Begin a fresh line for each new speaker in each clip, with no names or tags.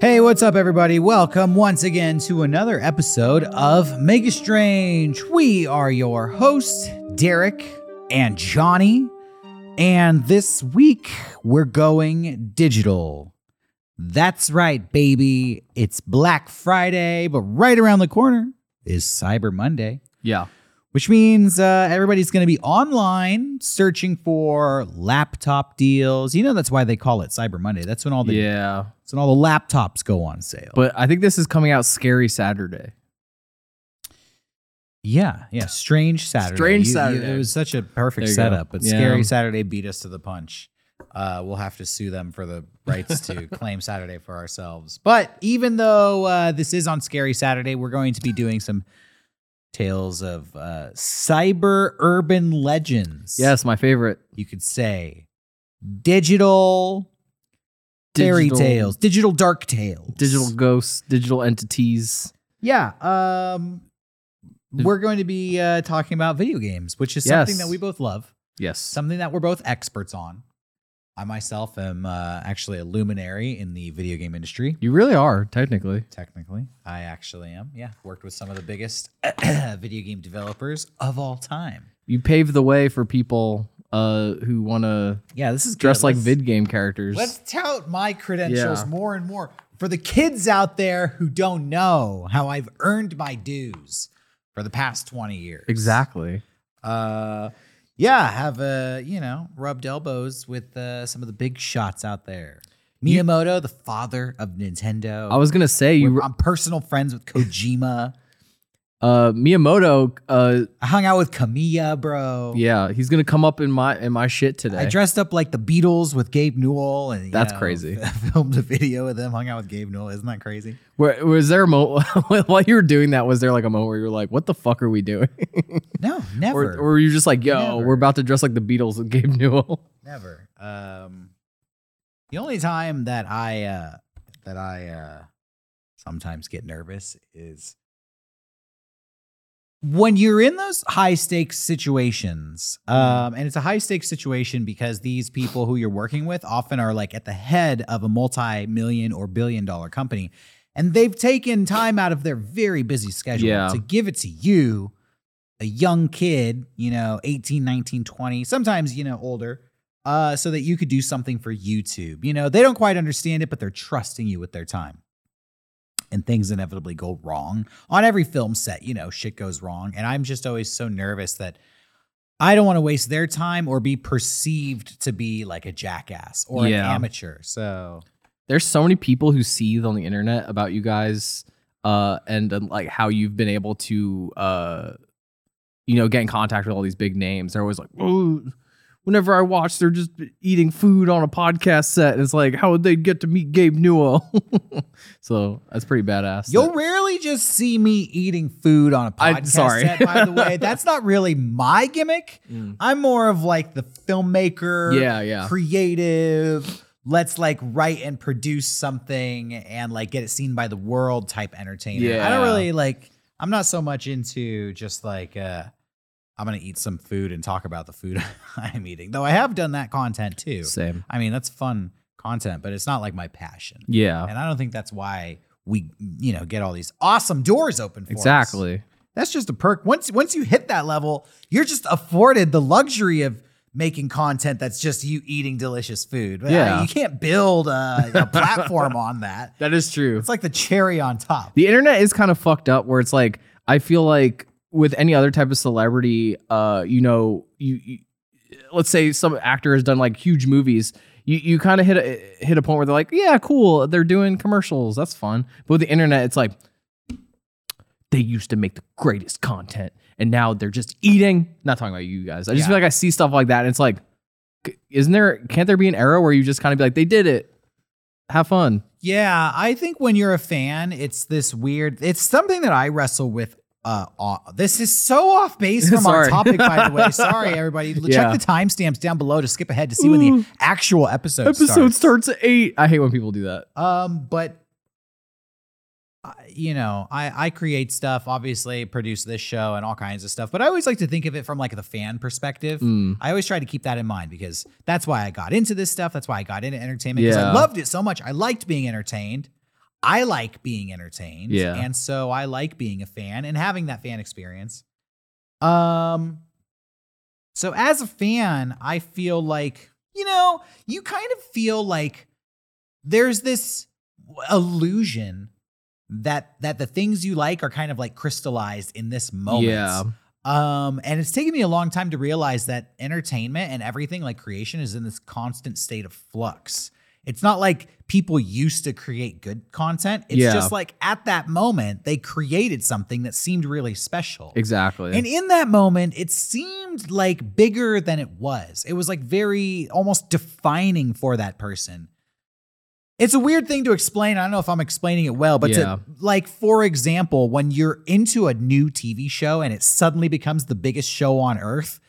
Hey, what's up, everybody? Welcome once again to another episode of Mega Strange. We are your hosts, Derek and Johnny, and this week we're going digital. That's right, baby. It's Black Friday, but right around the corner is Cyber Monday,
Yeah.
which means uh, everybody's going to be online searching for laptop deals. You know, that's why they call it Cyber Monday. That's when all the
yeah.
that's when all the laptops go on sale.
But I think this is coming out scary Saturday.
Yeah, yeah. Strange Saturday.
Strange
You- you-
Saturday.
it was such a perfect
There you go.
setup, but
Yeah.
Scary Saturday beat us to the punch. Uh, we'll have to sue them for the rights to claim Saturday for ourselves. But even though uh, this is on Scary Saturday, we're going to be doing some tales of uh, cyber urban legends.
Yes, my favorite.
you could say digital, fairy
Digital-
tales, digital dark tales,
Digital ghosts, digital entities.
Yeah. Um we're going to be uh, talking about video games, which is something
Yes.
that we both love,
Yes.
something that we're both experts on. I myself am uh, actually a luminary in the video game industry.
you really are, technically.
Technically, I actually am. Yeah, worked with some of the biggest video game developers of all time.
You pave the way for people uh, who want to
Yeah, this is good.
dress like
Let's-
vid game characters.
Let's tout my credentials
Yeah.
more and more for the kids out there who don't know how I've earned my dues for the past twenty years.
Exactly.
uh yeah have uh you know rubbed elbows with uh, some of the big shots out there miyamoto the father of nintendo
I was going to say,
We're-
you,
i'm personal friends with kojima
uh, Miyamoto, uh,
i hung out with kamiya bro
yeah, he's going to come up in my in my shit today.
I dressed up like the Beatles with Gabe Newell, and you
That's
know,
crazy.
Filmed a video of them, hung out with Gabe Newell. Isn't that crazy?
Where, was there a moment while you were doing that? Was there like a moment where you were like, what the fuck are we doing?
No, never.
or, or were you just like, yo,
Never.
we're about to dress like the Beatles with Gabe Newell?
Never. Um, the only time that I uh, that I uh, sometimes get nervous is when you're in those high stakes situations. Um, and it's a high stakes situation because these people who you're working with often are like at the head of a multi million or billion dollar company, and they've taken time out of their very busy schedule
Yeah.
to give it to you. A young kid, you know, 18, 19, 20, sometimes, you know, older, uh, so that you could do something for YouTube. You know, they don't quite understand it, but they're trusting you with their time. And things inevitably go wrong on every film set. You know, shit goes wrong, and I'm just always so nervous that I don't want to waste their time or be perceived to be like a jackass or
Yeah.
an amateur. So
there's so many people who see on the internet about you guys uh and, and like how you've been able to uh you know get in contact with all these big names they're always like oh whenever i watch they're just eating food on a podcast set and it's like how would they get to meet gabe newell so that's pretty badass
you'll rarely just see me eating food on a podcast.
I'm sorry.
set, by the way, that's not really my gimmick.
Mm.
I'm more of like the filmmaker.
yeah yeah
creative let's like write and produce something and like get it seen by the world type entertainer i don't
Yeah.
really like i'm not so much into just like uh i'm gonna eat some food and talk about the food i'm eating though i have done that content too
same
i mean that's fun content but it's not like my passion
yeah
and i don't think that's why we you know get all these awesome doors open for us.
exactly
That's just a perk. Once once you hit that level, you're just afforded the luxury of making content that's just you eating delicious food. But, uh,
Yeah.
you can't build a, a platform on that.
that is true
It's like the cherry on top.
The internet is kind of fucked up where it's like I feel like with any other type of celebrity, uh, you know, you, you let's say some actor has done like huge movies, you you kind of hit a hit a point where they're like, yeah, cool, they're doing commercials, that's fun. But with the internet, it's like they used to make the greatest content, and now they're just eating. Not talking about you guys. I just
Yeah.
feel like I see stuff like that, and it's like, c- isn't there? Can't there be an era where you just kind of be like, they did it, have fun?
Yeah, I think when you're a fan, it's this weird. It's something that I wrestle with. Uh, aw- this is so off base from our
Sorry.
topic, by the way. Sorry, everybody.
Yeah.
Check the timestamps down below to skip ahead to see when the
Ooh.
actual episode,
Episode starts at eight. I hate when people do that.
Um, but I- you know, I I create stuff, obviously produce this show and all kinds of stuff. But I always like to think of it from like the fan perspective.
Mm.
I always try to keep that in mind because that's why I got into this stuff. That's why I got into entertainment because I
Yeah.
loved it so much. I liked being entertained. I like being entertained.
Yeah.
And so I like being a fan and having that fan experience. Um so as a fan, I feel like, you know, you kind of feel like there's this illusion that that the things you like are kind of like crystallized in this moment.
Yeah.
Um, and it's taken me a long time to realize that entertainment and everything like creation is in this constant state of flux. It's not like people used to create good content. It's
Yeah.
just like at that moment they created something that seemed really special.
Exactly.
And in that moment, it seemed like bigger than it was. It was like very almost defining for that person. It's a weird thing to explain. I don't know if I'm explaining it well, but
Yeah.
to, like, for example, when you're into a new TV show and it suddenly becomes the biggest show on earth,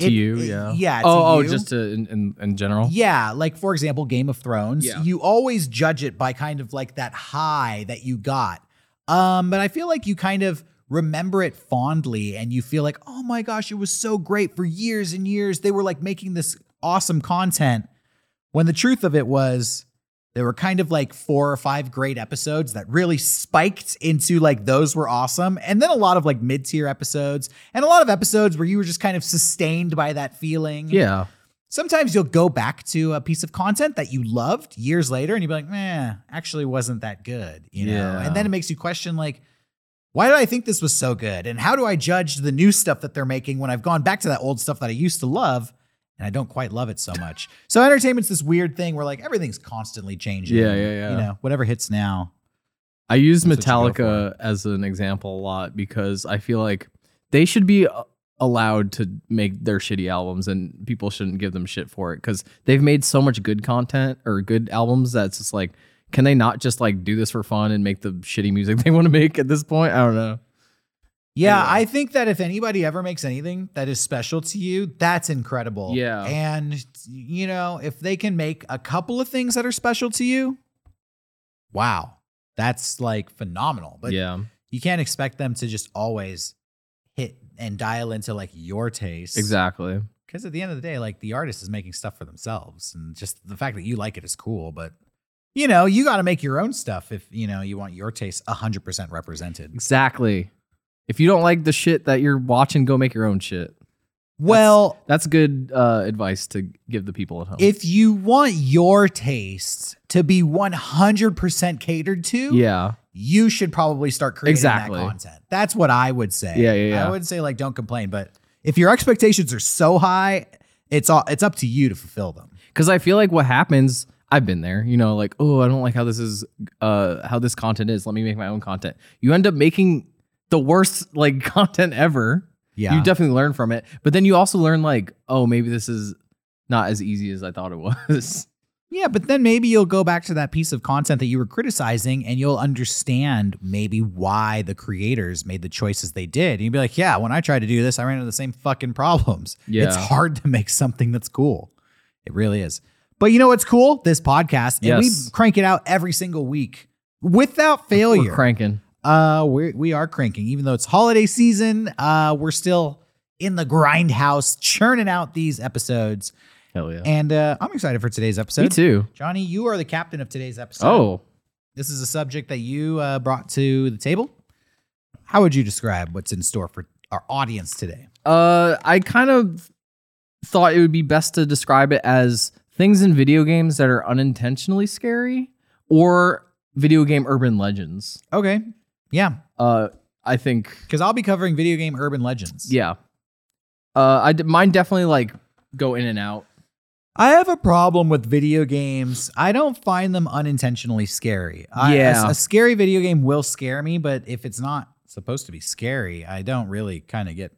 to
it-
you,
it-
yeah.
Yeah. to
oh,
you.
oh, just to, in, in in general.
Yeah, like for example, Game of Thrones.
Yeah.
You always judge it by kind of like that high that you got. Um, but I feel like you kind of remember it fondly and you feel like, oh my gosh, it was so great for years and years. They were like making this awesome content. When the truth of it was, there were kind of like four or five great episodes that really spiked into like those were awesome. And then a lot of like mid tier episodes and a lot of episodes where you were just kind of sustained by that feeling.
Yeah.
Sometimes you'll go back to a piece of content that you loved years later and you'll be like, man, actually wasn't that good, you know?
Yeah.
And then it makes you question, like, why did I think this was so good? And how do I judge the new stuff that they're making when I've gone back to that old stuff that I used to love and I don't quite love it so much? So entertainment's this weird thing where like everything's constantly changing.
Yeah, yeah, yeah.
You know, whatever hits now.
I use
That's what you go
Metallica as an example a lot because I feel like they should be uh, allowed to make their shitty albums and people shouldn't give them shit for it because they've made so much good content or good albums that's just like, can they not just like do this for fun and make the shitty music they want to make at this point? I don't know.
Yeah,
Anyway.
I think that if anybody ever makes anything that is special to you, that's incredible.
Yeah.
And, you know, if they can make a couple of things that are special to you, wow, that's like phenomenal. But
yeah,
you can't expect them to just always hit and dial into like your taste.
exactly.
Because at the end of the day, like the artist is making stuff for themselves. And just the fact that you like it is cool. But, you know, you got to make your own stuff if, you know, you want your taste 100% represented.
Exactly. If you don't like the shit that you're watching, go make your own shit.
Well,
That's good uh, advice to give the people at home.
If you want your tastes to be 100% catered to,
yeah,
you should probably start creating
Exactly.
that content. That's what I would say.
Yeah, yeah, yeah.
I would say like don't complain, but if your expectations are so high, it's all it's up to you to fulfill them.
because I feel like what happens, I've been there, you know, like, oh, I don't like how this is, uh, how this content is. Let me make my own content. You end up making the worst like content ever.
Yeah.
You definitely learn from it, but then you also learn like, oh, maybe this is not as easy as I thought it was.
yeah, but then maybe you'll go back to that piece of content that you were criticizing and you'll understand maybe why the creators made the choices they did. And you'll be like, yeah, when I tried to do this, I ran into the same fucking problems.
yeah,
It's hard to make something that's cool. It really is. But you know what's cool? This podcast. And
Yes.
we crank it out every single week without failure.
we're cranking.
uh we're, we are cranking. Even though it's holiday season, uh we're still in the grindhouse churning out these episodes.
Hell yeah.
And uh I'm excited for today's episode.
Me too.
Johnny, you are the captain of today's episode.
Oh,
This is a subject that you uh, brought to the table. How would you describe what's in store for our audience today?
Uh, I kind of thought it would be best to describe it as things in video games that are unintentionally scary or video game urban legends.
Okay. Yeah.
Uh, I think
Because I'll be covering video game urban legends.
yeah. Uh, I d- mine definitely like go in and out.
I have a problem with video games. I don't find them unintentionally scary. I, a-
Yeah.
a, scary video game will scare me, but if it's not supposed to be scary, I don't really kind of get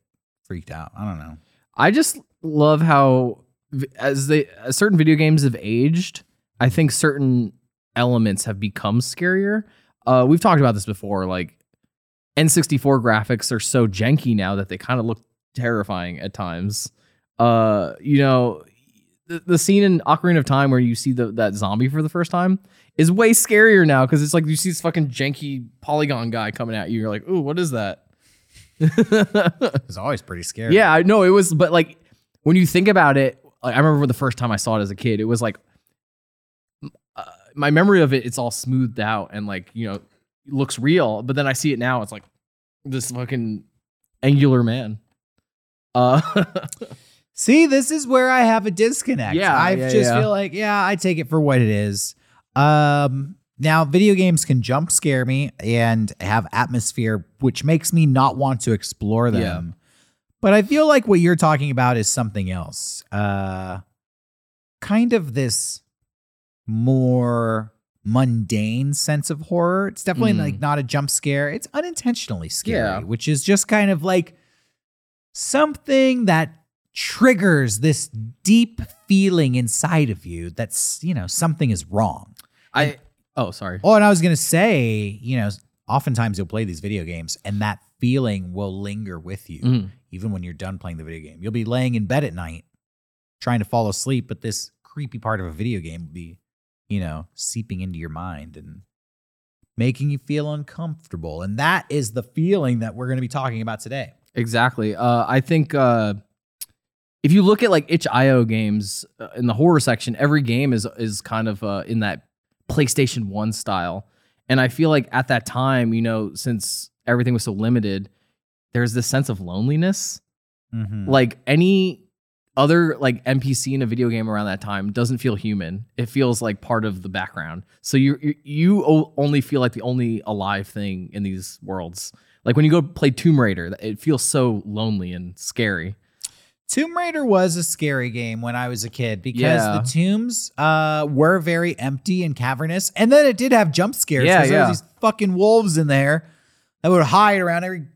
freaked out. I don't know.
I just love how v- as they as certain video games have aged, I think certain elements have become scarier. Uh, we've talked about this before. Like N64 graphics are so janky now that they kind of look terrifying at times. Uh, you know, the, the scene in Ocarina of Time where you see the, that zombie for the first time is way scarier now because it's like you see this fucking janky polygon guy coming at you. You're like, ooh, what is that?
It's always pretty scary.
Yeah, I know it was, but like when you think about it, like, I remember the first time I saw it as a kid, it was like uh, my memory of it, it's all smoothed out and like you know looks real. But then I see it now, it's like this fucking angular man. Uh,
See, this is where I have a disconnect.
Yeah,
I
yeah,
just
yeah.
feel like, yeah, I take it for what it is. Um, now, video games can jump scare me and have atmosphere, which makes me not want to explore
Yeah.
them. But I feel like what you're talking about is something else. Uh, kind of this more mundane sense of horror. It's definitely
Mm.
like not a jump scare. It's unintentionally scary,
Yeah.
which is just kind of like something that triggers this deep feeling inside of you that's, you know, something is wrong.
I oh sorry.
Oh, and I was going to say, you know, oftentimes you'll play these video games and that feeling will linger with you
Mhm.
even when you're done playing the video game. You'll be laying in bed at night trying to fall asleep, but this creepy part of a video game will be, you know, seeping into your mind and making you feel uncomfortable. And that is the feeling that we're going to be talking about today.
Exactly. Uh, I think uh, if you look at like itch.io games uh, in the horror section, every game is is kind of uh, in that PlayStation One style, and I feel like at that time, you know, since everything was so limited, there's this sense of loneliness.
Mhm.
Like any other like NPC in a video game around that time doesn't feel human. It feels like part of the background. So you you, you o- only feel like the only alive thing in these worlds. Like when you go play Tomb Raider, it feels so lonely and scary.
Tomb Raider was a scary game when I was a kid because
Yeah.
the tombs uh, were very empty and cavernous. And then it did have jump scares
Yeah,
'cause there
yeah.
was these fucking wolves in there that would hide around every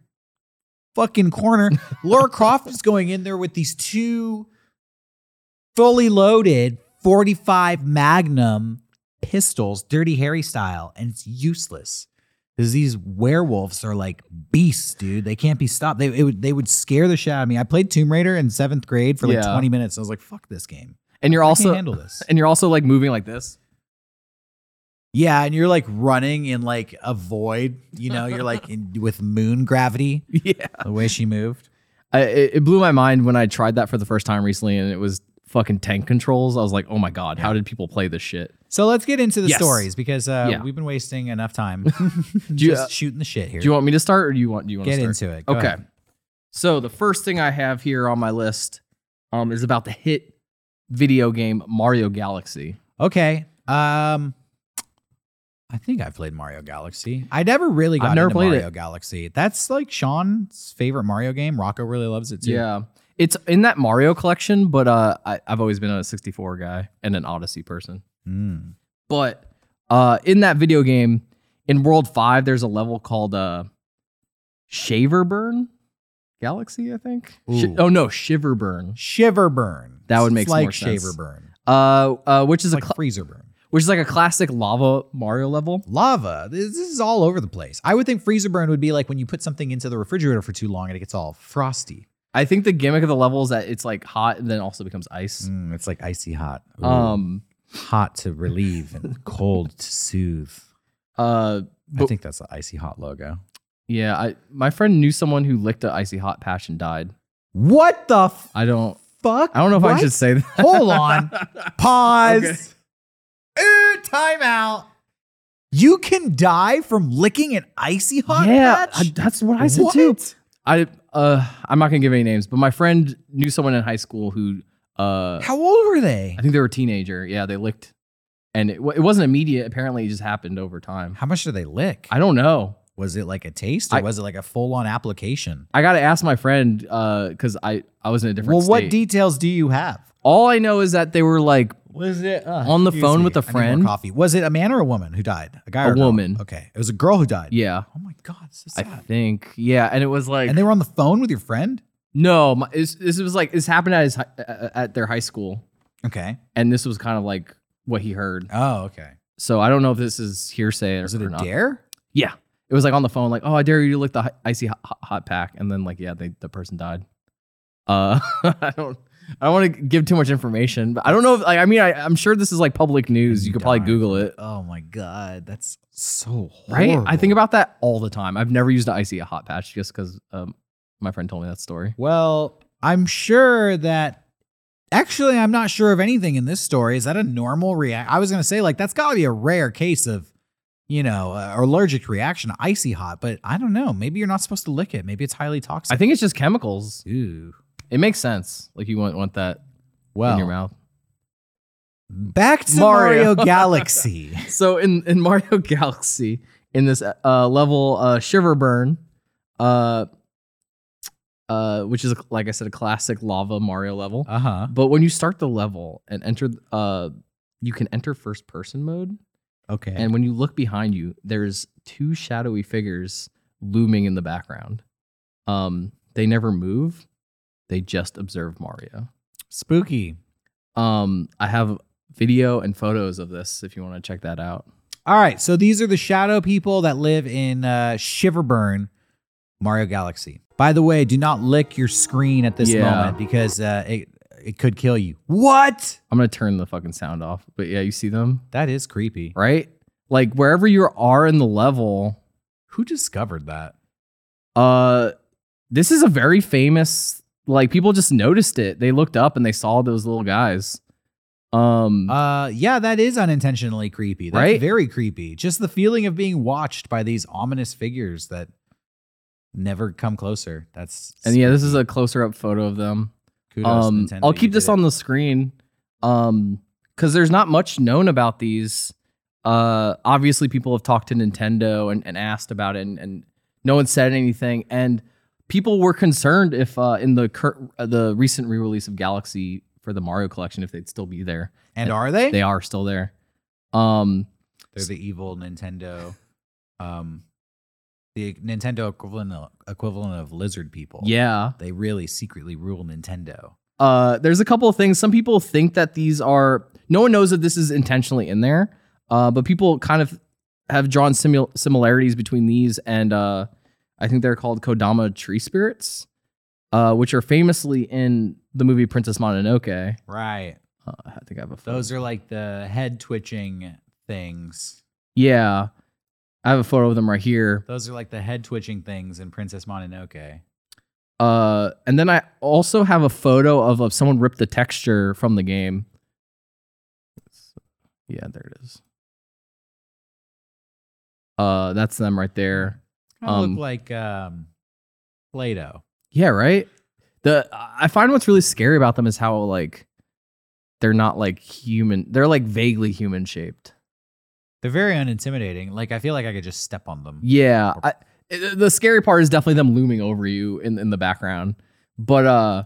fucking corner. Laura Croft is going in there with these two fully loaded 45 Magnum pistols, Dirty Harry style, and it's useless. Because these werewolves are like beasts, dude. They can't be stopped. They it would they would scare the shit out of me. I played Tomb Raider in seventh grade for like
Yeah.
20 minutes. I was like, fuck this game.
And you're
I
also
can't handle this.
and you're also like moving like this.
yeah, and you're like running in like a void. You know, you're like in, with moon gravity.
Yeah.
The way she moved.
I, it it blew my mind when I tried that for the first time recently and it was fucking tank controls. I was like, "Oh my god, how did people play this shit?"
So let's get into the
Yes.
stories because uh,
Yeah.
we've been wasting enough time
Do you- uh,
just shooting the shit here.
Do you want me to start or do you want do you want
get
to start?
into it? Go
Okay.
ahead.
So the first thing I have here on my list um, is about the hit video game Mario Galaxy.
Okay. Um, I think I played Mario Galaxy. I never really
I've
got
never
into
played
Mario Galaxy. That's like Sean's favorite Mario game. Rocco really loves it too.
Yeah. It's in that Mario collection, but uh, I, I've always been a 64 guy and an Odyssey person.
Mm.
But uh, in that video game, in World 5, there's a level called uh, Shaverburn Galaxy, I think. Sh-
Ooh.
oh, no, Shiverburn.
Shiver burn.
That would
It's
make
like
more sense.
shaver burn,
Uh, uh, which is a
like
cla-
freezer burn.
which is like a classic lava Mario level.
Lava. This, this is all over the place. I would think freezer burn would be like when you put something into the refrigerator for too long and it gets all frosty.
I think the gimmick of the level is that it's like hot and then also becomes ice.
Mm, it's like icy hot. Ooh.
Um,
hot to relieve and cold to soothe.
uh,
I
But-
think that's the icy hot logo.
yeah. I my friend knew someone who licked a icy hot patch and died.
What the f-
I don't.
fuck?
I don't know if I
What?
should say that.
Hold on. Pause. Ooh, time out. You can die from licking an icy hot
yeah, I-
patch?
that's what I said too.
What?
I uh, I'm not gonna give any names, but my friend knew someone in high school who uh,
How old were they?
I think they were a teenager. Yeah, they licked, and it, wa- it wasn't immediate. Apparently, it just happened over time.
How much did they lick?
I don't know.
was it like a taste or
I-
was it like a full on application?
I gotta ask my friend because I I was in a different.
Well, what
state.
details do you have?
All I know is that they were like
Was it
On the phone with a friend?
Coffee. Was it a man or a woman who died? A guy
A
or girl?
woman.
Okay, it was a girl who died.
Yeah,
Oh my god, so
I
sad.
think. Yeah, and it was like
and they were on the phone with your friend.
no, my, it's, this was like this happened at his, hi- uh, at their high school,
Okay.
and this was kind of like what he heard.
Oh, okay.
So I don't know if this is hearsay or,
Was it
or
a
not.
dare?
Yeah, it was like on the phone, like oh, I dare you to lick the hi- icy hot, hot, hot pack, and then like yeah, they, the person died. Uh, I don't. I don't want to give too much information, but I don't know. If, like, I mean, I, I'm sure this is like public news.
And
You could probably
died.
Google it,
Oh my god, that's so
right?
horrible.
I think about that all the time. I've never used an icy hot patch just because um, my friend told me that story.
Well, I'm sure that Actually, I'm not sure of anything in this story. Is that a normal react? I was going to say, like, that's got to be a rare case of, you know, uh, allergic reaction to icy hot, but I don't know. Maybe you're not supposed to lick it. Maybe it's highly toxic.
I think it's just chemicals.
Ooh.
It makes sense. Like you want want that in
Well,
your mouth.
back to
Mario.
Mario Galaxy.
So in in Mario Galaxy, in this uh, level uh, Shiverburn, uh, uh, which is like I said, a classic lava Mario level.
Uh huh.
But when you start the level and enter, uh, you can enter first person mode.
Okay.
And when you look behind you, there's two shadowy figures looming in the background. Um, they never move; they just observe Mario.
Spooky.
Um, I have video and photos of this if you want to check that out.
All right, so these are the shadow people that live in uh, Shiverburn, Mario Galaxy. By the way, do not lick your screen at this
Yeah.
moment because uh, it it could kill you. What?
I'm gonna turn the fucking sound off. But yeah, you see them,
That is creepy.
right? Like wherever you are in the level,
Who discovered that?
uh this is a very famous like people just noticed it. They looked up and they saw those little guys. Um
Uh, yeah, that is unintentionally creepy. That's
Right?
Very creepy. Just the feeling of being watched by these ominous figures that never come closer. That's
and yeah, this is a closer up photo of them.
kudos,
Um
Nintendo,
I'll
you
keep
did
this
it.
on the screen. Um cuz there's not much known about these. Uh obviously people have talked to Nintendo and, and asked about it and, and no one said anything and people were concerned if uh in the cur- uh, the recent re-release of Galaxy for the Mario collection if they'd still be there.
And are they?
they are still there. Um,
They're the evil Nintendo, um, the Nintendo equivalent of, equivalent of lizard people.
yeah.
they really secretly rule Nintendo.
Uh, there's a couple of things. Some people think that these are. No one knows that this is intentionally in there. Uh, but people kind of have drawn simul- similarities between these and uh, I think they're called Kodama tree spirits, uh, which are famously in the movie Princess Mononoke.
Right.
Uh, I think I have a photo.
Those are like the head twitching things.
yeah, I have a photo of them right here.
Those are like the head twitching things in Princess Mononoke.
Uh, and then I also have a photo of, of someone ripped the texture from the game. It's- yeah, there it is. Uh, that's them right there.
Kind of
Um,
look like um, Play-Doh.
Yeah, right. The I find what's really scary about them is how like they're not like human. They're like vaguely human shaped.
They're very unintimidating. Like I feel like I could just step on them.
Yeah. I, it- the scary part is definitely them looming over you in, in the background. But uh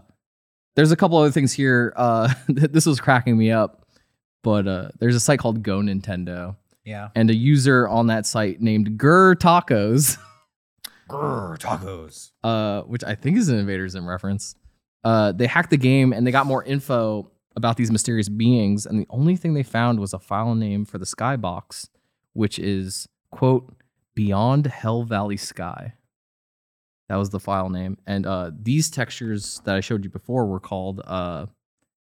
there's a couple other things here. Uh this was cracking me up. But uh there's a site called Go Nintendo
Yeah.
and a user on that site named Gur Tacos,
Grr, tacos.
uh, which I think is an Invader Zim reference. Uh they hacked the game and they got more info about these mysterious beings, and the only thing they found was a file name for the skybox, which is quote Beyond Hell Valley Sky. That was the file name. And uh, these textures that I showed you before were called uh,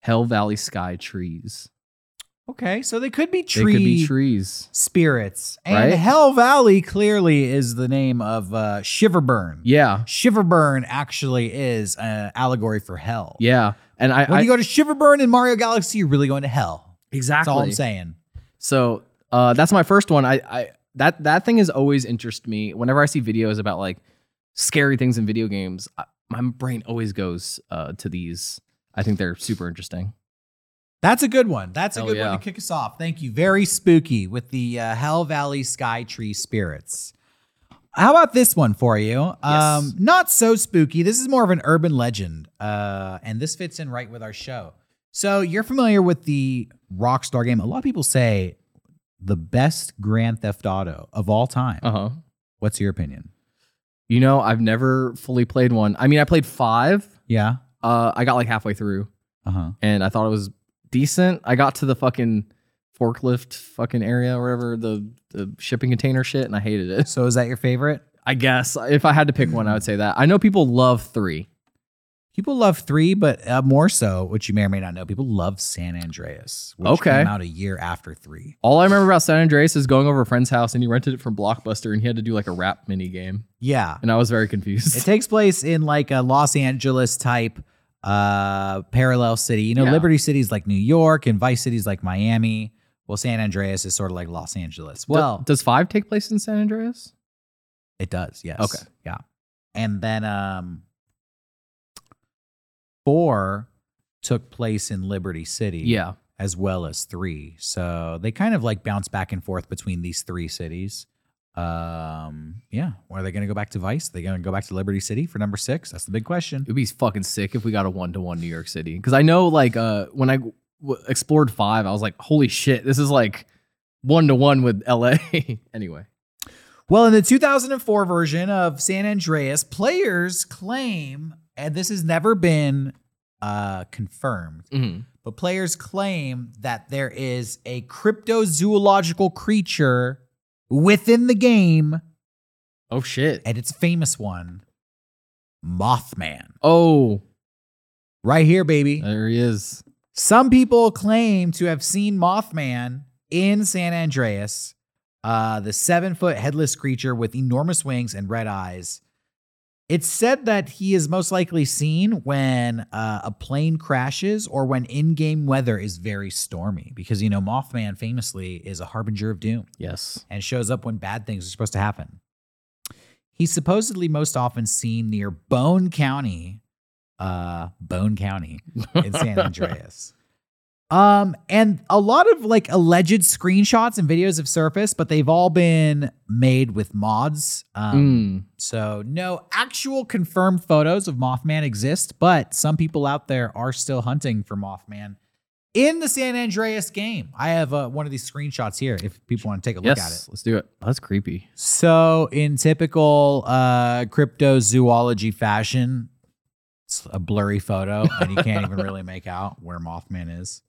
Hell Valley Sky trees.
Okay, so they could be
They
tree
could be trees.
spirits. And
Right?
Hell Valley clearly is the name of uh, Shiverburn.
Yeah.
Shiverburn actually is an allegory for hell.
Yeah. And I,
When
I
you go to Shiverburn in Mario Galaxy, you're really going to hell. That's
exactly
all I'm saying.
So uh, that's my first one. I, I that that thing has always interested me. Whenever I see videos about like scary things in video games, I, my brain always goes uh, to these. I think they're super interesting.
That's a good one. That's a
Hell
good
yeah.
one to kick us off. Thank you. Very spooky with the uh, Hell Valley Sky Tree spirits. How about this one for you? Um, not so spooky. This is more of an urban legend, uh, and this fits in right with our show. So you're familiar with the Rockstar game. A lot of people say the best Grand Theft Auto of all time.
Uh huh.
What's your opinion?
You know, I've never fully played one. I mean, I played five.
Yeah.
Uh, I got like halfway through,
Uh huh.
and I thought it was decent. I got to the fucking forklift fucking area, or whatever the the shipping container shit, and I hated it.
So is that your favorite?
I guess if I had to pick one, I would say that. I know people love three.
People love three, but uh, more so, which you may or may not know, people love San Andreas, which
Okay.
came out a year after three.
All I remember about San Andreas is going over a friend's house and he rented it from Blockbuster and he had to do like a rap mini game.
Yeah,
And I was very
it
confused.
takes place in like a Los Angeles type uh, parallel city. You know,
Yeah.
Liberty City is like New York, and Vice City is like Miami. Well, San Andreas is sort of like Los Angeles. Well,
does five take place in San Andreas?
it does, yes.
Okay.
Yeah. And then um four took place in Liberty City
Yeah.
as well as three. So they kind of like bounce back and forth between these three cities. Um, yeah. Are they gonna go back to Vice? Are they gonna go back to Liberty City for number six? That's the big question.
It'd be fucking sick if we got a one to one New York City. Because I know, like, uh, when I w- explored five, I was like, holy shit, this is like one to one with LA. anyway,
Well, in the 2004 version of San Andreas, players claim, and this has never been uh, confirmed,
Mm-hmm.
but players claim that there is a cryptozoological creature within the game,
oh shit.
and it's a famous one Mothman.
Oh,
Right here, baby.
there he is.
Some people claim to have seen Mothman in San Andreas, uh, the seven foot headless creature with enormous wings and red eyes. It's said that he is most likely seen when uh, a plane crashes or when in game weather is very stormy, because, you know, Mothman famously is a harbinger of doom
Yes.
and shows up when bad things are supposed to happen. He's supposedly most often seen near Bone County, uh, Bone County in San Andreas. Um, and a lot of like alleged screenshots and videos have surfaced, but they've all been made with mods. Um,
Mm.
so no actual confirmed photos of Mothman exist, but some people out there are still hunting for Mothman in the San Andreas game. I have uh, one of these screenshots here if people want to take a look at it.
Yes. Let's do it. That's creepy.
So, in typical uh, cryptozoology fashion, it's a blurry photo, and you can't even really make out where Mothman is.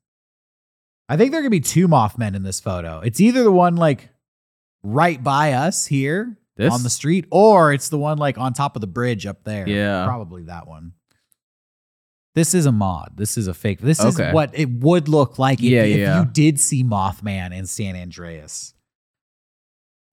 I think there could be two Mothmen in this photo. It's either the one like right by us here
This
on the street, or it's the one like on top of the bridge up there.
Yeah.
probably that one. This is a mod. This is a fake. This
Okay.
is what it would look like if,
Yeah,
if
yeah.
you did see Mothman in San Andreas.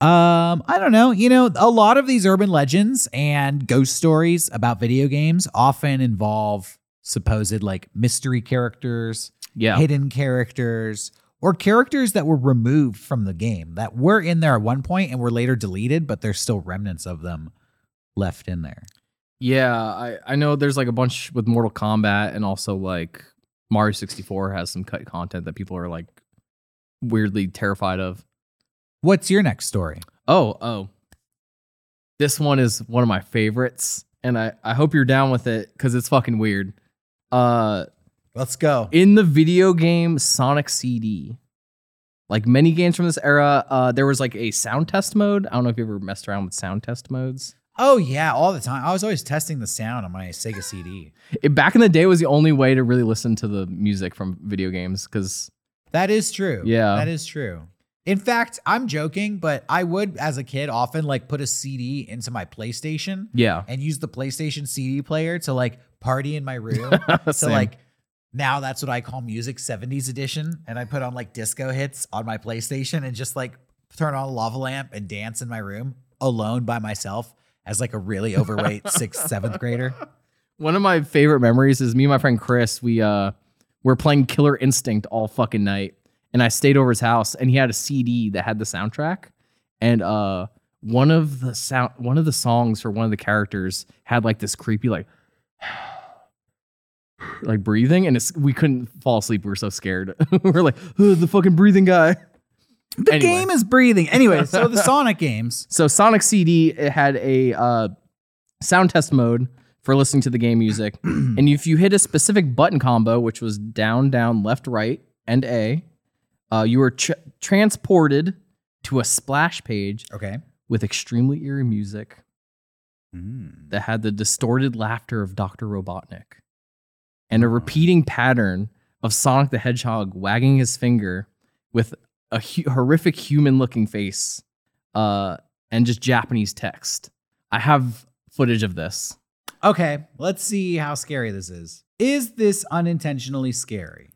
Um, I don't know. You know, a lot of these urban legends and ghost stories about video games often involve supposed like mystery characters,
yeah.
hidden characters or characters that were removed from the game that were in there at one point and were later deleted, but there's still remnants of them left in there.
Yeah, I, I know there's like a bunch with Mortal Kombat and also like Mario 64 has some cut content that people are like weirdly terrified of.
What's your next story?
Oh, oh. This one is one of my favorites and I, I hope you're down with it cuz it's fucking weird. Uh
Let's go.
in the video game Sonic CD, like many games from this era, uh there was like a sound test mode. I don't know if you ever messed around with sound test modes.
Oh yeah, all the time. I was always testing the sound on my Sega CD.
It, back in the day was the only way to really listen to the music from video games cuz
That is true.
Yeah.
That is true. In fact, I'm joking, but I would as a kid often like put a CD into my PlayStation
yeah.
and use the PlayStation CD player to like party in my room. So
Same.
like now that's what I call music 70s edition. And I put on like disco hits on my PlayStation and just like turn on a lava lamp and dance in my room alone by myself as like a really overweight sixth, seventh grader.
one of my favorite memories is me and my friend Chris. We uh were playing Killer Instinct all fucking night, and I stayed over his house, and he had a CD that had the soundtrack, and uh one of the sound one of the songs for one of the characters had like this creepy like like breathing and it's we couldn't fall asleep we were so scared we were like "Ugh, the fucking breathing guy
The
Anyway.
game is breathing. Anyway, so the Sonic games.
So Sonic CD it had a uh, sound test mode for listening to the game music, and if you hit a specific button combo, which was down, down, left, right, and A, uh, you were tr- transported to a splash page
Okay.
with extremely eerie music
Hmm.
that had the distorted laughter of Doctor Robotnik, and a repeating pattern of Sonic the Hedgehog wagging his finger with a hu- horrific human-looking face uh, and just Japanese text. I have footage of this.
Okay. Let's see how scary this is. Is this unintentionally scary?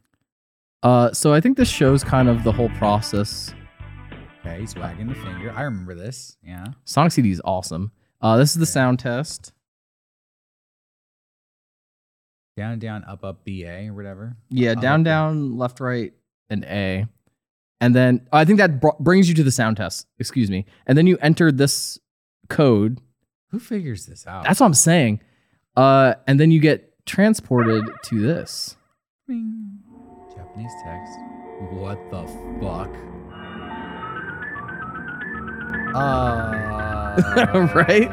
Uh, so I think this shows kind of the whole process.
Okay, he's wagging the finger. I remember this. Yeah.
Sonic CD is awesome. Uh, this is the
Yeah.
sound test.
Down, down, up, up, BA or whatever.
Yeah,
Oh,
down,
okay.
down, left, right, and A. And then I think that br- brings you to the sound test. Excuse me. And then you enter this code.
Who figures this out?
That's what I'm saying. Uh, and then you get transported to this.
Bing. Japanese text. What the fuck? Uh,
Right?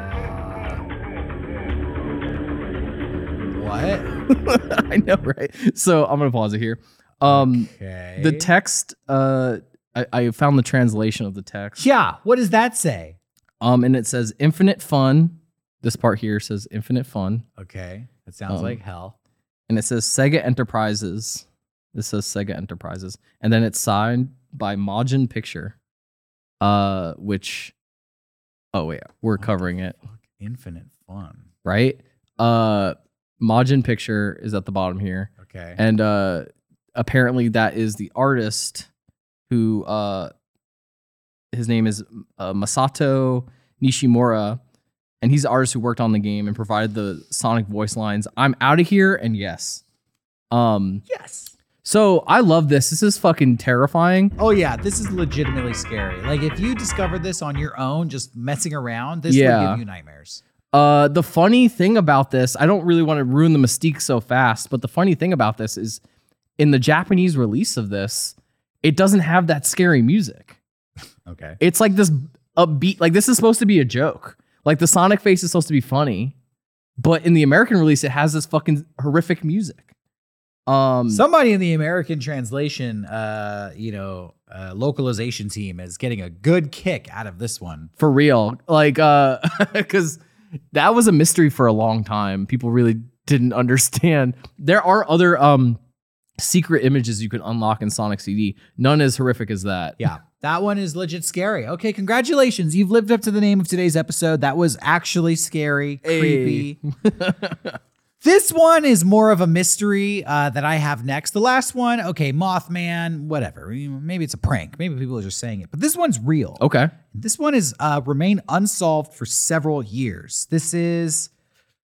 What?
I know, right? So I'm gonna pause it here. Um,
okay.
the text. Uh, I, I found the translation of the text.
Yeah. What does that say?
Um, and it says infinite fun. This part here says infinite fun,
Okay. That sounds
Um,
like hell.
and it says Sega Enterprises. This says Sega Enterprises, and then it's signed by Majin Picture. Uh, which, oh yeah, we're
What the
covering it,
fuck? Infinite fun.
right? Uh, Majin Picture is at the bottom here.
Okay.
and uh apparently that is the artist who uh his name is uh, Masato Nishimura and he's the artist who worked on the game and provided the sonic voice lines I'm out of here and yes um
yes.
so I love this this is fucking terrifying
Oh yeah, this is legitimately scary. Like if you discovered this on your own, just messing around, this would
Yeah.
give you nightmares.
uh the funny thing about this I don't really want to ruin the mystique so fast but the funny thing about this is in the Japanese release of this it doesn't have that scary music
Okay.
it's like this upbeat like this is supposed to be a joke like the sonic face is supposed to be funny but in the american release it has this fucking horrific music um
Somebody in the American translation, uh, you know, uh, localization team is getting a good kick out of this one.
for real like uh because that was a mystery for a long time people really didn't understand there are other um secret images you can unlock in sonic cd none as horrific as that
Yeah, that one is legit scary. Okay, congratulations, you've lived up to the name of today's episode. That was actually scary,
Hey.
creepy. This one is more of a mystery uh, that I have next. The last one, okay, Mothman, whatever. Maybe it's a prank. Maybe people are just saying it, but this one's real.
okay
This one is uh, remained unsolved for several years. This is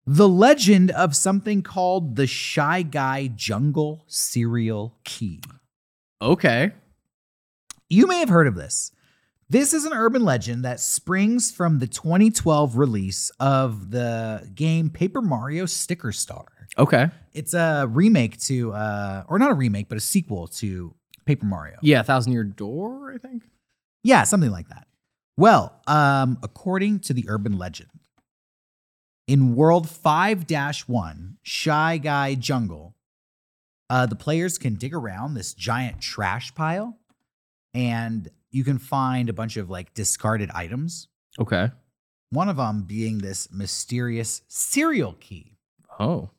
the legend of something called the Shy Guy Jungle Serial Key.
okay
You may have heard of this. This is an urban legend that springs from the 2012 release of the game Paper Mario Sticker Star.
okay
It's a remake to, uh, or not a remake, but a sequel to Paper Mario.
yeah thousand year door i think
Yeah, something like that. Well, um, according to the urban legend, in World 5 1, Shy Guy Jungle, uh, the players can dig around this giant trash pile and you can find a bunch of like discarded items.
okay
One of them being this mysterious serial key
oh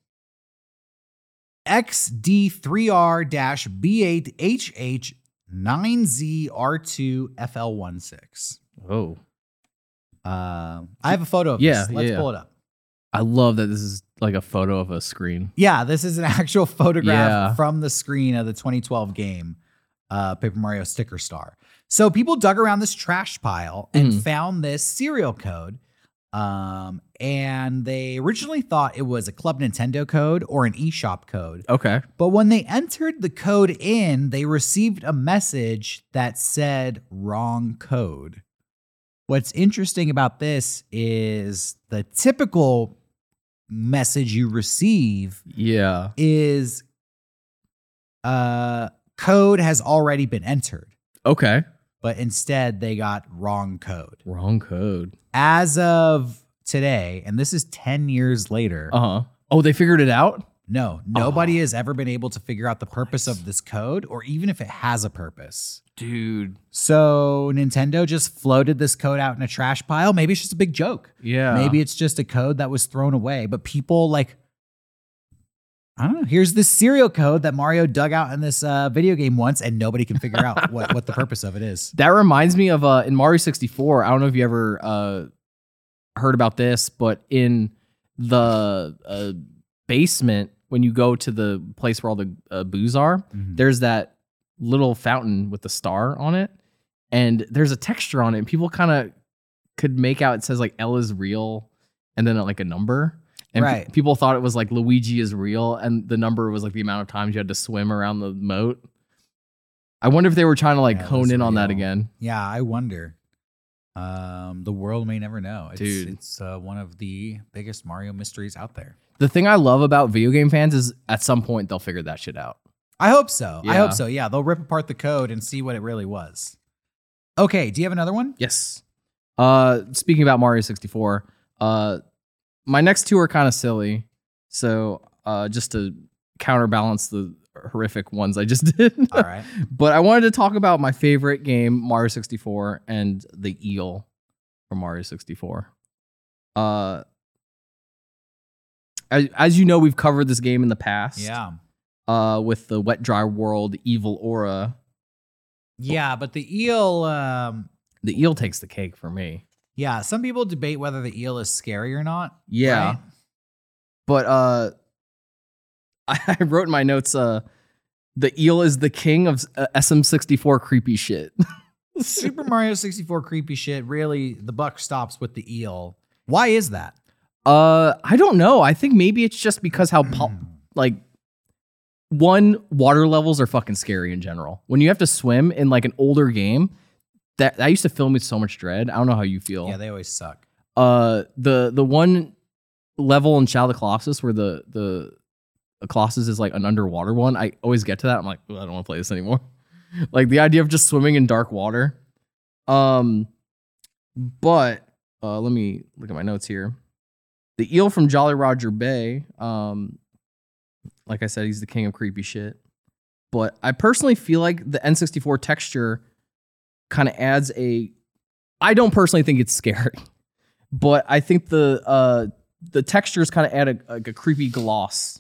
XD3R B8HH 9ZR2FL16.
oh
Um, I have a photo of
Yeah,
this. Let's
yeah, yeah.
pull it up.
I love that this is like a photo of a screen.
Yeah, this is an actual photograph
Yeah.
from the screen of the 2012 game, uh, Paper Mario Sticker Star. So people dug around this trash pile and
Mhm.
found this serial code. Um, and they originally thought it was a Club Nintendo code or an eShop code.
Okay.
But when they entered the code in, they received a message that said wrong code. What's interesting about this is the typical message you receive
Yeah.
is uh, code has already been entered,
Okay.
but instead they got wrong code.
Wrong code.
As of today, and this is 10 years later,
Uh huh. Oh, they figured it out?
No, nobody
Oh.
has ever been able to figure out the purpose of this code or even if it has a purpose.
Dude.
So Nintendo just floated this code out in a trash pile. Maybe it's just a big joke.
Yeah.
Maybe it's just a code that was thrown away, but people like I don't know. Here's this serial code that Mario dug out in this uh, video game once, and nobody can figure out what, what the purpose of it is.
That reminds me of uh in Mario 64. I don't know if you ever uh heard about this, but in the uh basement when you go to the place where all the uh, booze are, there's that little fountain with the star on it and there's a texture on it and people kind of could make out it says like L is real and then like a number And pe-
Right.
people thought it was like Luigi is real, and the number was like the amount of times you had to swim around the moat. I wonder if they were trying to like
Yeah, it
hone
was
in on that
real.
again.
Yeah, I wonder. Um, the world may never know. It's,
Dude.
it's uh, one of the biggest Mario mysteries out there.
The thing I love about video game fans is at some point they'll figure that shit out.
I hope so. I
Yeah.
hope so. Yeah, they'll rip apart the code and see what it really was. Okay, do you have another one?
Yes. Uh, speaking about Mario 64, uh, my next two are kind of silly. So uh, just to counterbalance the horrific ones I just did.
All right.
but I wanted to talk about my favorite game, Mario 64, and the eel from Mario 64. Uh, as, as you know, we've covered this game in the past.
Yeah.
Uh, with the Wet Dry World Evil Aura.
Yeah, but the eel um
The eel takes the cake for me.
yeah, some people debate whether the eel is scary or not.
Yeah.
right?
but uh I, I wrote in my notes uh the eel is the king of uh, SM64 creepy shit.
Super Mario 64 creepy shit. Really, the buck stops with the eel. Why is that?
uh I don't know. I think maybe it's just because how po-
Hmm.
like one water levels are fucking scary in general. When you have to swim in like an older game, that that used to fill me with so much dread. I don't know how you feel.
yeah, they always suck.
uh the the one level in Shadow of the Colossus where the the the Colossus is like an underwater one. I always get to that. I'm like, "Ugh, I don't want to play this anymore. like the idea of just swimming in dark water. Um, but uh, let me look at my notes here. The eel from Jolly Roger Bay. Um, like I said, he's the king of creepy shit. But I personally feel like the N64 texture kind of adds a. I don't personally think it's scary, but I think the uh the textures kind of add a, like a creepy gloss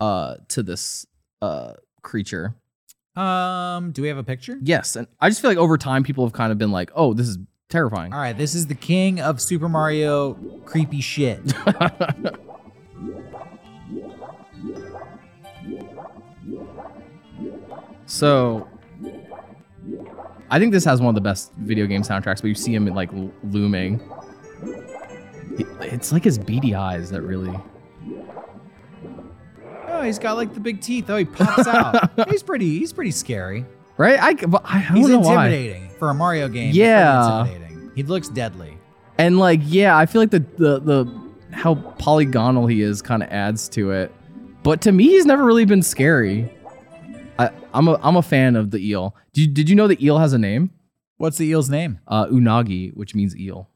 uh to this uh creature.
Um, do we have a picture?
Yes, and I just feel like over time people have kind of been like, "Oh, this is terrifying."
All right, this is the king of Super Mario creepy shit.
so I think this has one of the best video game soundtracks, but you see him like l- looming. It- It's like his beady eyes that really
Oh, he's got like the big teeth. Oh, he pops out. he's pretty. He's pretty scary.
right. I, c- but I don't
He's
know why.
intimidating for a Mario game. he's pretty
Yeah.
intimidating. He looks deadly.
And like, yeah, I feel like the the, the how polygonal he is kind of adds to it. But to me, he's never really been scary. I, I'm a I'm a fan of the eel. Did you, did you know the eel has a name?
What's the eel's name?
Uh, unagi, which means eel.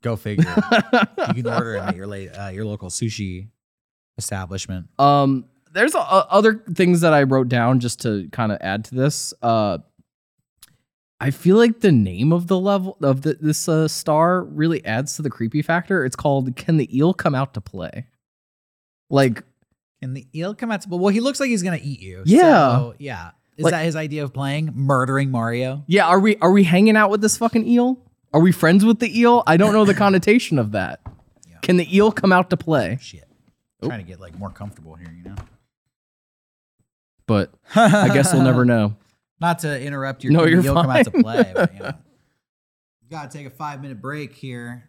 Go figure. you can order it at your la- uh, your local sushi establishment.
Um, there's uh, other things that I wrote down just to kind of add to this. Uh, I feel like the name of the level of the, this uh, star really adds to the creepy factor. It's called "Can the Eel Come Out to Play?" Like,
And the eel come out. to- Well, he looks like he's gonna eat you.
Yeah.
So, yeah. Is
Like-
that his idea of playing? Murdering Mario?
yeah, are we are we hanging out with this fucking eel? Are we friends with the eel? I don't know the connotation of that.
Yeah.
Can the eel come out to play?
Shit. Trying to get like more comfortable here, you know.
But I guess we'll never know.
Not to interrupt your
No,
the
you're
eel come out to
fine.
play. But, you know. Gotta take a five minute break here.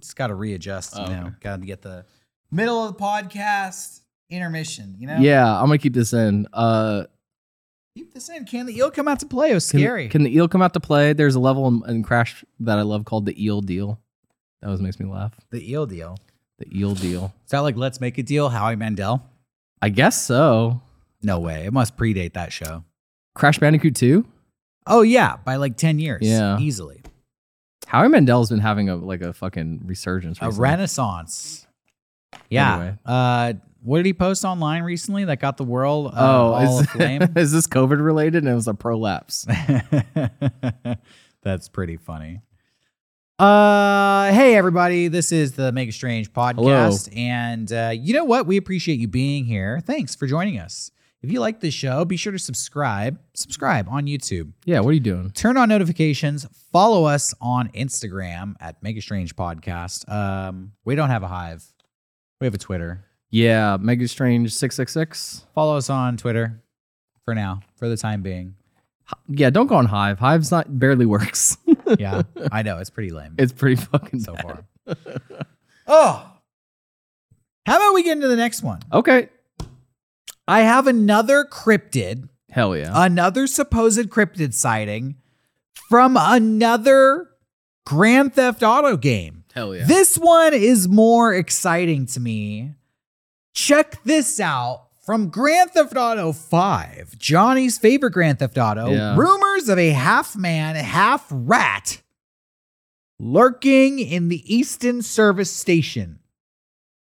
Just gotta readjust, you
Oh,
know.
okay.
Gotta get the middle of the podcast intermission, you know?
Yeah, I'm gonna keep this in. Uh,
Keep this in. Can the eel come out to play? It was
Can-
scary.
Can, the eel come out to play? There's a level in, in Crash that I love called the Eel Deal. That always makes me laugh.
the eel deal.
The Eel Deal.
Is that like Let's Make a Deal, Howie Mandel?
I guess so.
No way. It must predate that show.
Crash Bandicoot 2.
Oh, yeah. By like 10 years.
Yeah.
Easily.
Howie Mandel's been having a like a fucking resurgence.
A
recently.
renaissance. Yeah.
Anyway.
Uh, what did he post online recently that got the world uh, all
Oh, is,
aflame?
is this COVID related? And it was a prolapse.
That's pretty funny. Uh, hey everybody, this is the Make It Strange podcast, and uh, you know what? We appreciate you being here. Thanks for joining us. If you like this show, be sure to subscribe. Subscribe on YouTube.
Yeah, what are you doing?
Turn on notifications. Follow us on Instagram at Make It Strange Podcast. Um, we don't have a hive. We have a Twitter.
Yeah, Mega Strange 666.
Follow us on Twitter for now, for the time being.
Yeah, don't go on Hive. Hive's not barely works.
yeah, I know it's pretty lame
It's pretty fucking
so
bad.
far. oh, how about we get into the next one?
Okay.
I have another cryptid,
Hell
Uh,
yeah.
another supposed cryptid sighting from another Grand Theft Auto game.
Hell yeah.
This one is more exciting to me. Check this out from Grand Theft Auto 5, Johnny's favorite Grand Theft Auto.
Yeah.
Rumors of a half man, half rat lurking in the Easton service station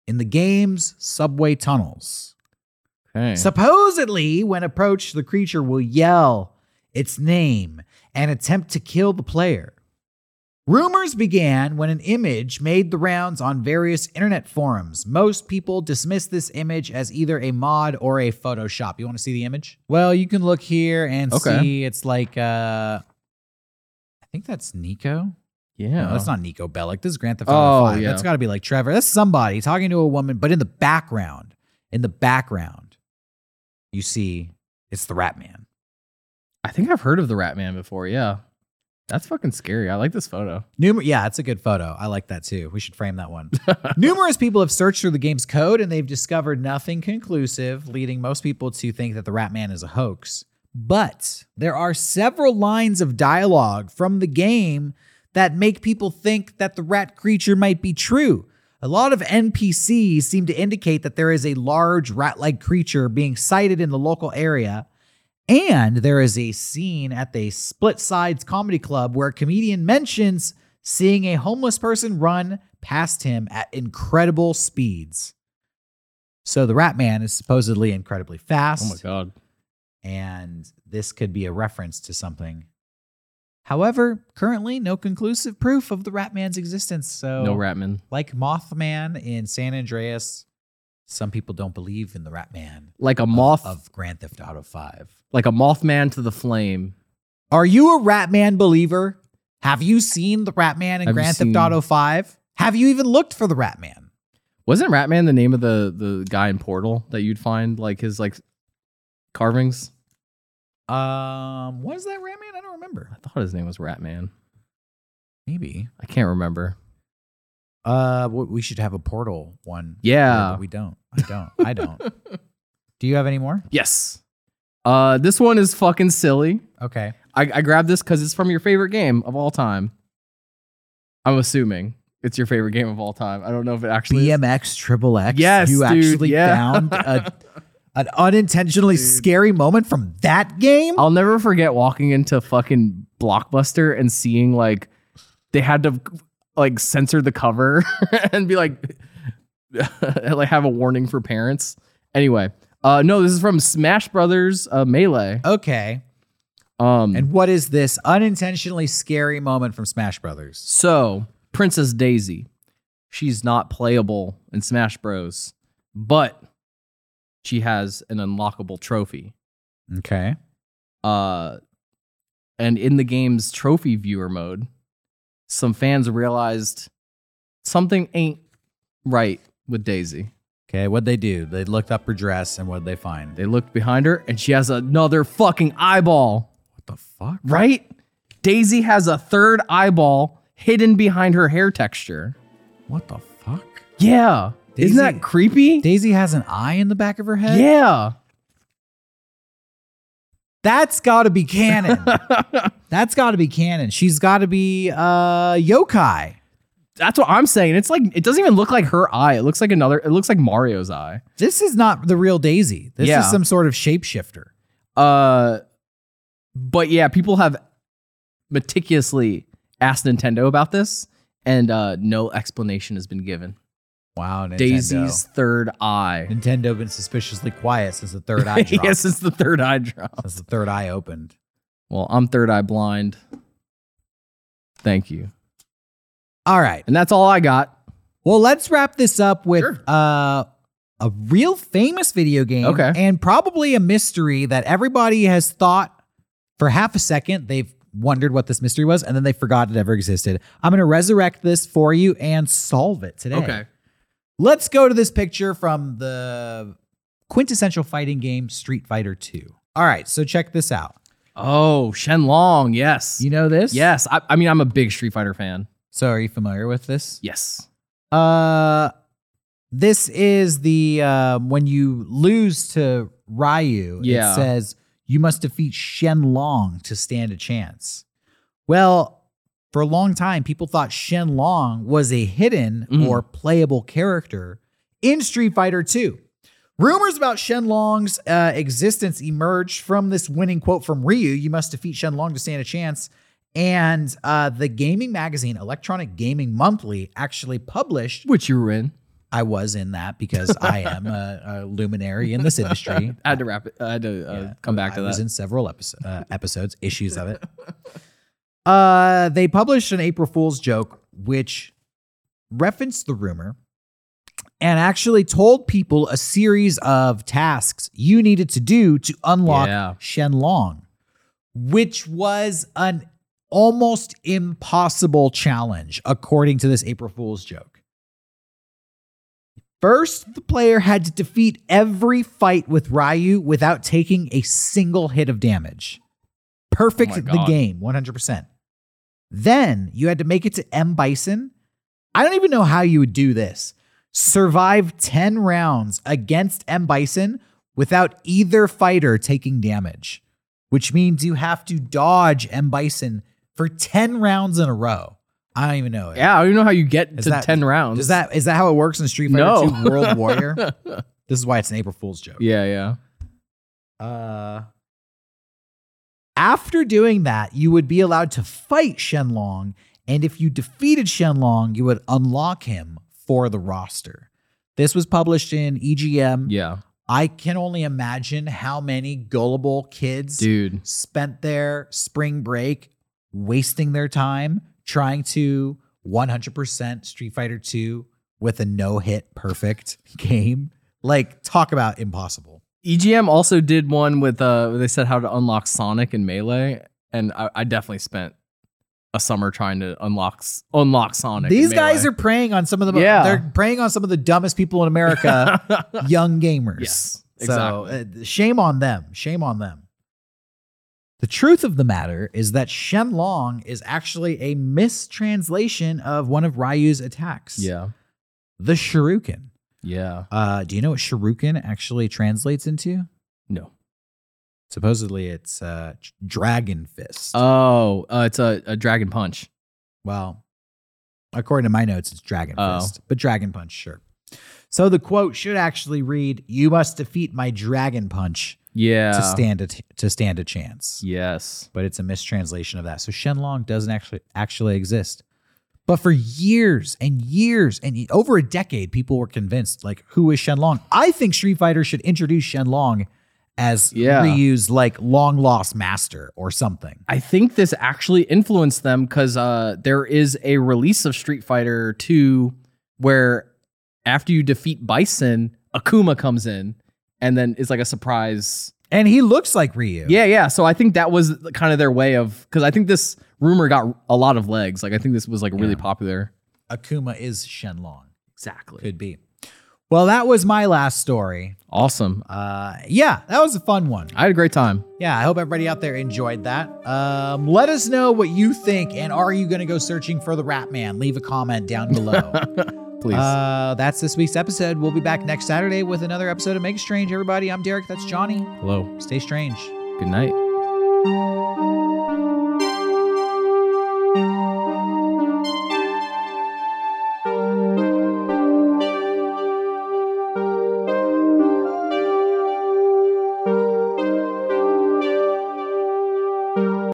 in the game's subway tunnels.
okay.
Supposedly, when approached, the creature will yell its name and attempt to kill the player. Rumors began when an image made the rounds on various internet forums. Most people dismiss this image as either a mod or a Photoshop. You want to see the image? Well, you can look here and
Okay.
see it's like uh I think that's Nico.
yeah.
No, that's not Nico Bellic. This is Grand Theft
Oh,
Auto 5.
yeah.
That's got to be like Trevor. That's somebody talking to a woman, but in the background, in the background, you see it's the Rat Man.
I think I've heard of the Rat Man before. Yeah. That's fucking scary. I like this photo. Oh
Numer- yeah, it's a good photo. I like that too. We should frame that one. Numerous people have searched through the game's code and they've discovered nothing conclusive, leading most people to think that the Rat Man is a hoax. But there are several lines of dialogue from the game that make people think that the rat creature might be true. A lot of NPCs seem to indicate that there is a large rat like creature being sighted in the local area. And there is a scene at the Split Sides Comedy Club where a comedian mentions seeing a homeless person run past him at incredible speeds. So the Rat Man is supposedly incredibly fast
Oh my god.
and this could be a reference to something. However, currently no conclusive proof of the Ratman's existence. So,
No Ratman.
like Mothman in San Andreas, some people don't believe in the Ratman
Like a moth
of Grand Theft Auto 5.
like a mothman to the flame.
Are you a Ratman believer? Have you seen the Ratman in
Have you
Grand
seen-
Theft Auto 5? Have you even looked for the Ratman?
Wasn't Ratman the name of the the guy in Portal that you'd find like his like carvings?
Um, was that Ratman? I don't remember.
I thought his name was Ratman.
Maybe.
I can't remember.
Uh, w- we should have a portal one.
Yeah.
but we don't. I don't. I don't. Oh. Do you have any more?
Yes. Uh, this one is fucking silly.
Okay.
I, I grabbed this because it's from your favorite game of all time. I'm assuming it's your favorite game of all time. I don't know if it actually. is.
BMX Triple X.
Yes,
you
dude,
actually
yeah.
found a, an unintentionally scary moment from that game.
I'll never forget walking into fucking Blockbuster and seeing like they had to like censor the cover and be like like have a warning for parents. Anyway, uh no, this is from Smash Brothers uh, Melee.
okay,
Um
and what is this unintentionally scary moment from Smash Brothers?
So, Princess Daisy, she's not playable in Smash Bros, but she has an unlockable trophy.
Okay,
Uh, and in the game's trophy viewer mode, some fans realized something ain't right with Daisy.
okay, what'd they do? They looked up her dress, and what'd they find?
They looked behind her and she has another fucking eyeball,
what the fuck?
right? Daisy has a third eyeball hidden behind her hair texture.
What the fuck?
Yeah. Isn't
Daisy-
that creepy?
Daisy has an eye in the back of her head.
Yeah.
that's got to be canon. that's got to be canon. She's got to be uh yokai.
That's what I'm saying. It's like it doesn't even look like her eye. It looks like another it looks like Mario's eye.
This is not the real Daisy. This
Yeah.
is some sort of shapeshifter.
Uh but yeah, people have meticulously asked Nintendo about this and uh no explanation has been given.
Wow, Nintendo.
Daisy's third eye.
Nintendo been suspiciously quiet since the third eye dropped.
yes, it's the third eye drop.
Since the third eye opened.
Well, I'm third eye blind. Thank you.
All right.
And that's all I got.
Well, let's wrap this up with
Sure.
uh, a real famous video game.
Okay.
And probably a mystery that everybody has thought for half a second. They've wondered what this mystery was, and then they forgot it ever existed. I'm going to resurrect this for you and solve it today. Let's go to this picture from the quintessential fighting game Street Fighter 2. All right, so check this out.
Oh, Shen Long. Yes.
You know this?
yes. I, I mean, I'm a big Street Fighter fan.
So are you familiar with this?
Yes.
Uh, this is the uh, when you lose to Ryu,
Yeah.
it says you must defeat Shen Long to stand a chance. Well, for a long time, people thought Shen Long was a hidden
Mhm.
or playable character in Street Fighter 2. Rumors about Shen Long's uh, existence emerged from this winning quote from Ryu You must defeat Shen Long to stand a chance. And uh, the gaming magazine, Electronic Gaming Monthly, actually published
Which you were in.
I was in that because I am a, a luminary in this industry.
I had to wrap it. I had to uh,
Yeah,
come back to
I was
that.
in several episo- uh, episodes, issues of it. Uh, they published an April Fool's joke which referenced the rumor and actually told people a series of tasks you needed to do to unlock
Yeah.
Shen Long, which was an almost impossible challenge, according to this April Fool's joke. First, the player had to defeat every fight with Ryu without taking a single hit of damage. Perfect
Oh my
the
God.
game, 100%. Then you had to make it to M. Bison. I don't even know how you would do this. Survive 10 rounds against M. Bison without either fighter taking damage, which means you have to dodge M. Bison for 10 rounds in a row. I don't even know. it.
Yeah. I don't even know how you get
Is
to
that-
10 rounds.
Is that is that how it works in Street Fighter
No.
2 World Warrior? This is why it's an April Fool's joke.
yeah. Yeah.
Uh, after doing that, you would be allowed to fight Shenlong, and if you defeated Shenlong, you would unlock him for the roster. This was published in EGM.
Yeah.
I can only imagine how many gullible kids
Dude.
spent their spring break wasting their time trying to 100% Street Fighter 2 with a no hit perfect game. Like, talk about impossible.
EGM E also did one with uh where they said how to unlock Sonic and Melee, and I, I definitely spent a summer trying to unlock s- unlock Sonic.
These guys are preying on some of the mo-
Yeah.
they're preying on some of the dumbest people in America, young gamers.
yes,
So
exactly.
uh, shame on them. Shame on them. The truth of the matter is that Shen Long is actually a mistranslation of one of Ryu's attacks.
yeah,
The Shuriken.
yeah.
Uh, do you know what Shuriken actually translates into?
No.
Supposedly it's uh, ch- dragon fist.
Oh, uh, it's a, a dragon punch.
Well, according to my notes, it's Dragon
Oh.
Fist, but Dragon Punch, sure. So the quote should actually read, "You must defeat my Dragon Punch
Yeah.
to stand a t- to stand a chance."
Yes.
But it's a mistranslation of that. So Shenlong doesn't actually actually exist. But for years and years and y- over a decade, people were convinced, like, who is Shenlong? I think Street Fighter should introduce Shenlong as
Yeah.
Ryu's like long lost master or something.
I think this actually influenced them because uh, there is a release of Street Fighter 2 where after you defeat Bison, Akuma comes in and then it's like a surprise.
And he looks like Ryu.
Yeah, yeah. So I think that was the- kind of their way of because I think this rumor got a lot of legs. Like I think this was like really
Yeah.
popular.
Akuma is Shenlong.
Exactly.
Could be. Well, that was my last story.
Awesome.
Uh, yeah, that was a fun one.
I had a great time.
Yeah, I hope everybody out there enjoyed that. Um, let us know what you think, and are you going to go searching for the Rat Man? Leave a comment down below.
Please.
uh, that's this week's episode. We'll be back next Saturday with another episode of Make It Strange. Everybody, I'm Derek. That's Johnny.
Hello.
Stay strange.
Good night.